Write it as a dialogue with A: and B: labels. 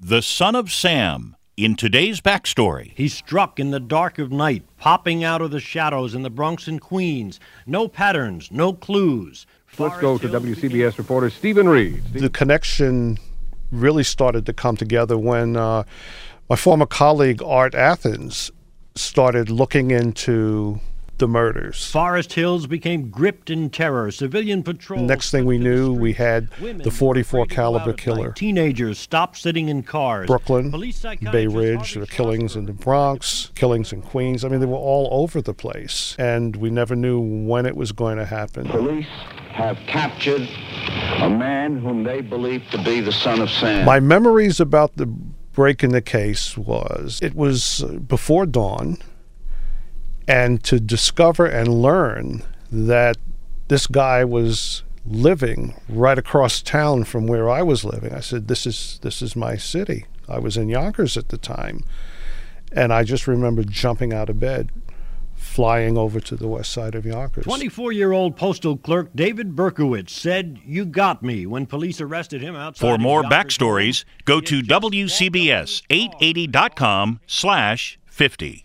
A: The son of Sam in today's backstory.
B: He struck in the dark of night, popping out of the shadows in the Bronx and Queens. No patterns, no clues.
C: Let's go to WCBS reporter Stephen Reed.
D: the connection really started to come together when uh, my former colleague Art Athens started looking into the murders.
B: Forest Hills became gripped in terror. Civilian patrols.
D: Next thing we
B: took to the
D: knew, we
B: streets.
D: had
B: Women
D: the 44
B: afraid to go out
D: caliber
B: at night.
D: killer.
B: Teenagers stopped sitting in cars.
D: Brooklyn,
B: Police
D: Bay
B: psychiatrist
D: Ridge,
B: Harvey
D: there were killings in
B: Schwartzberg
D: the Bronx, killings in Queens. I mean, they were all over the place, and we never knew when it was going to happen.
E: Police have captured a man whom they believe to be the son of Sam.
D: My memories about the break in the case was it was uh, before dawn, and to discover and learn that this guy was living right across town from where I was living. I said, "This is this is my city." I was in Yonkers at the time, and I just remember jumping out of bed, flying over to the west side of Yonkers.
B: 24 year old postal clerk David Berkowitz said, You got me, when police arrested him outside.
A: For
B: his
A: more
B: doctor's
A: backstories, go to
B: office. He had just walked up to his car.
A: WCBS880.com slash 50.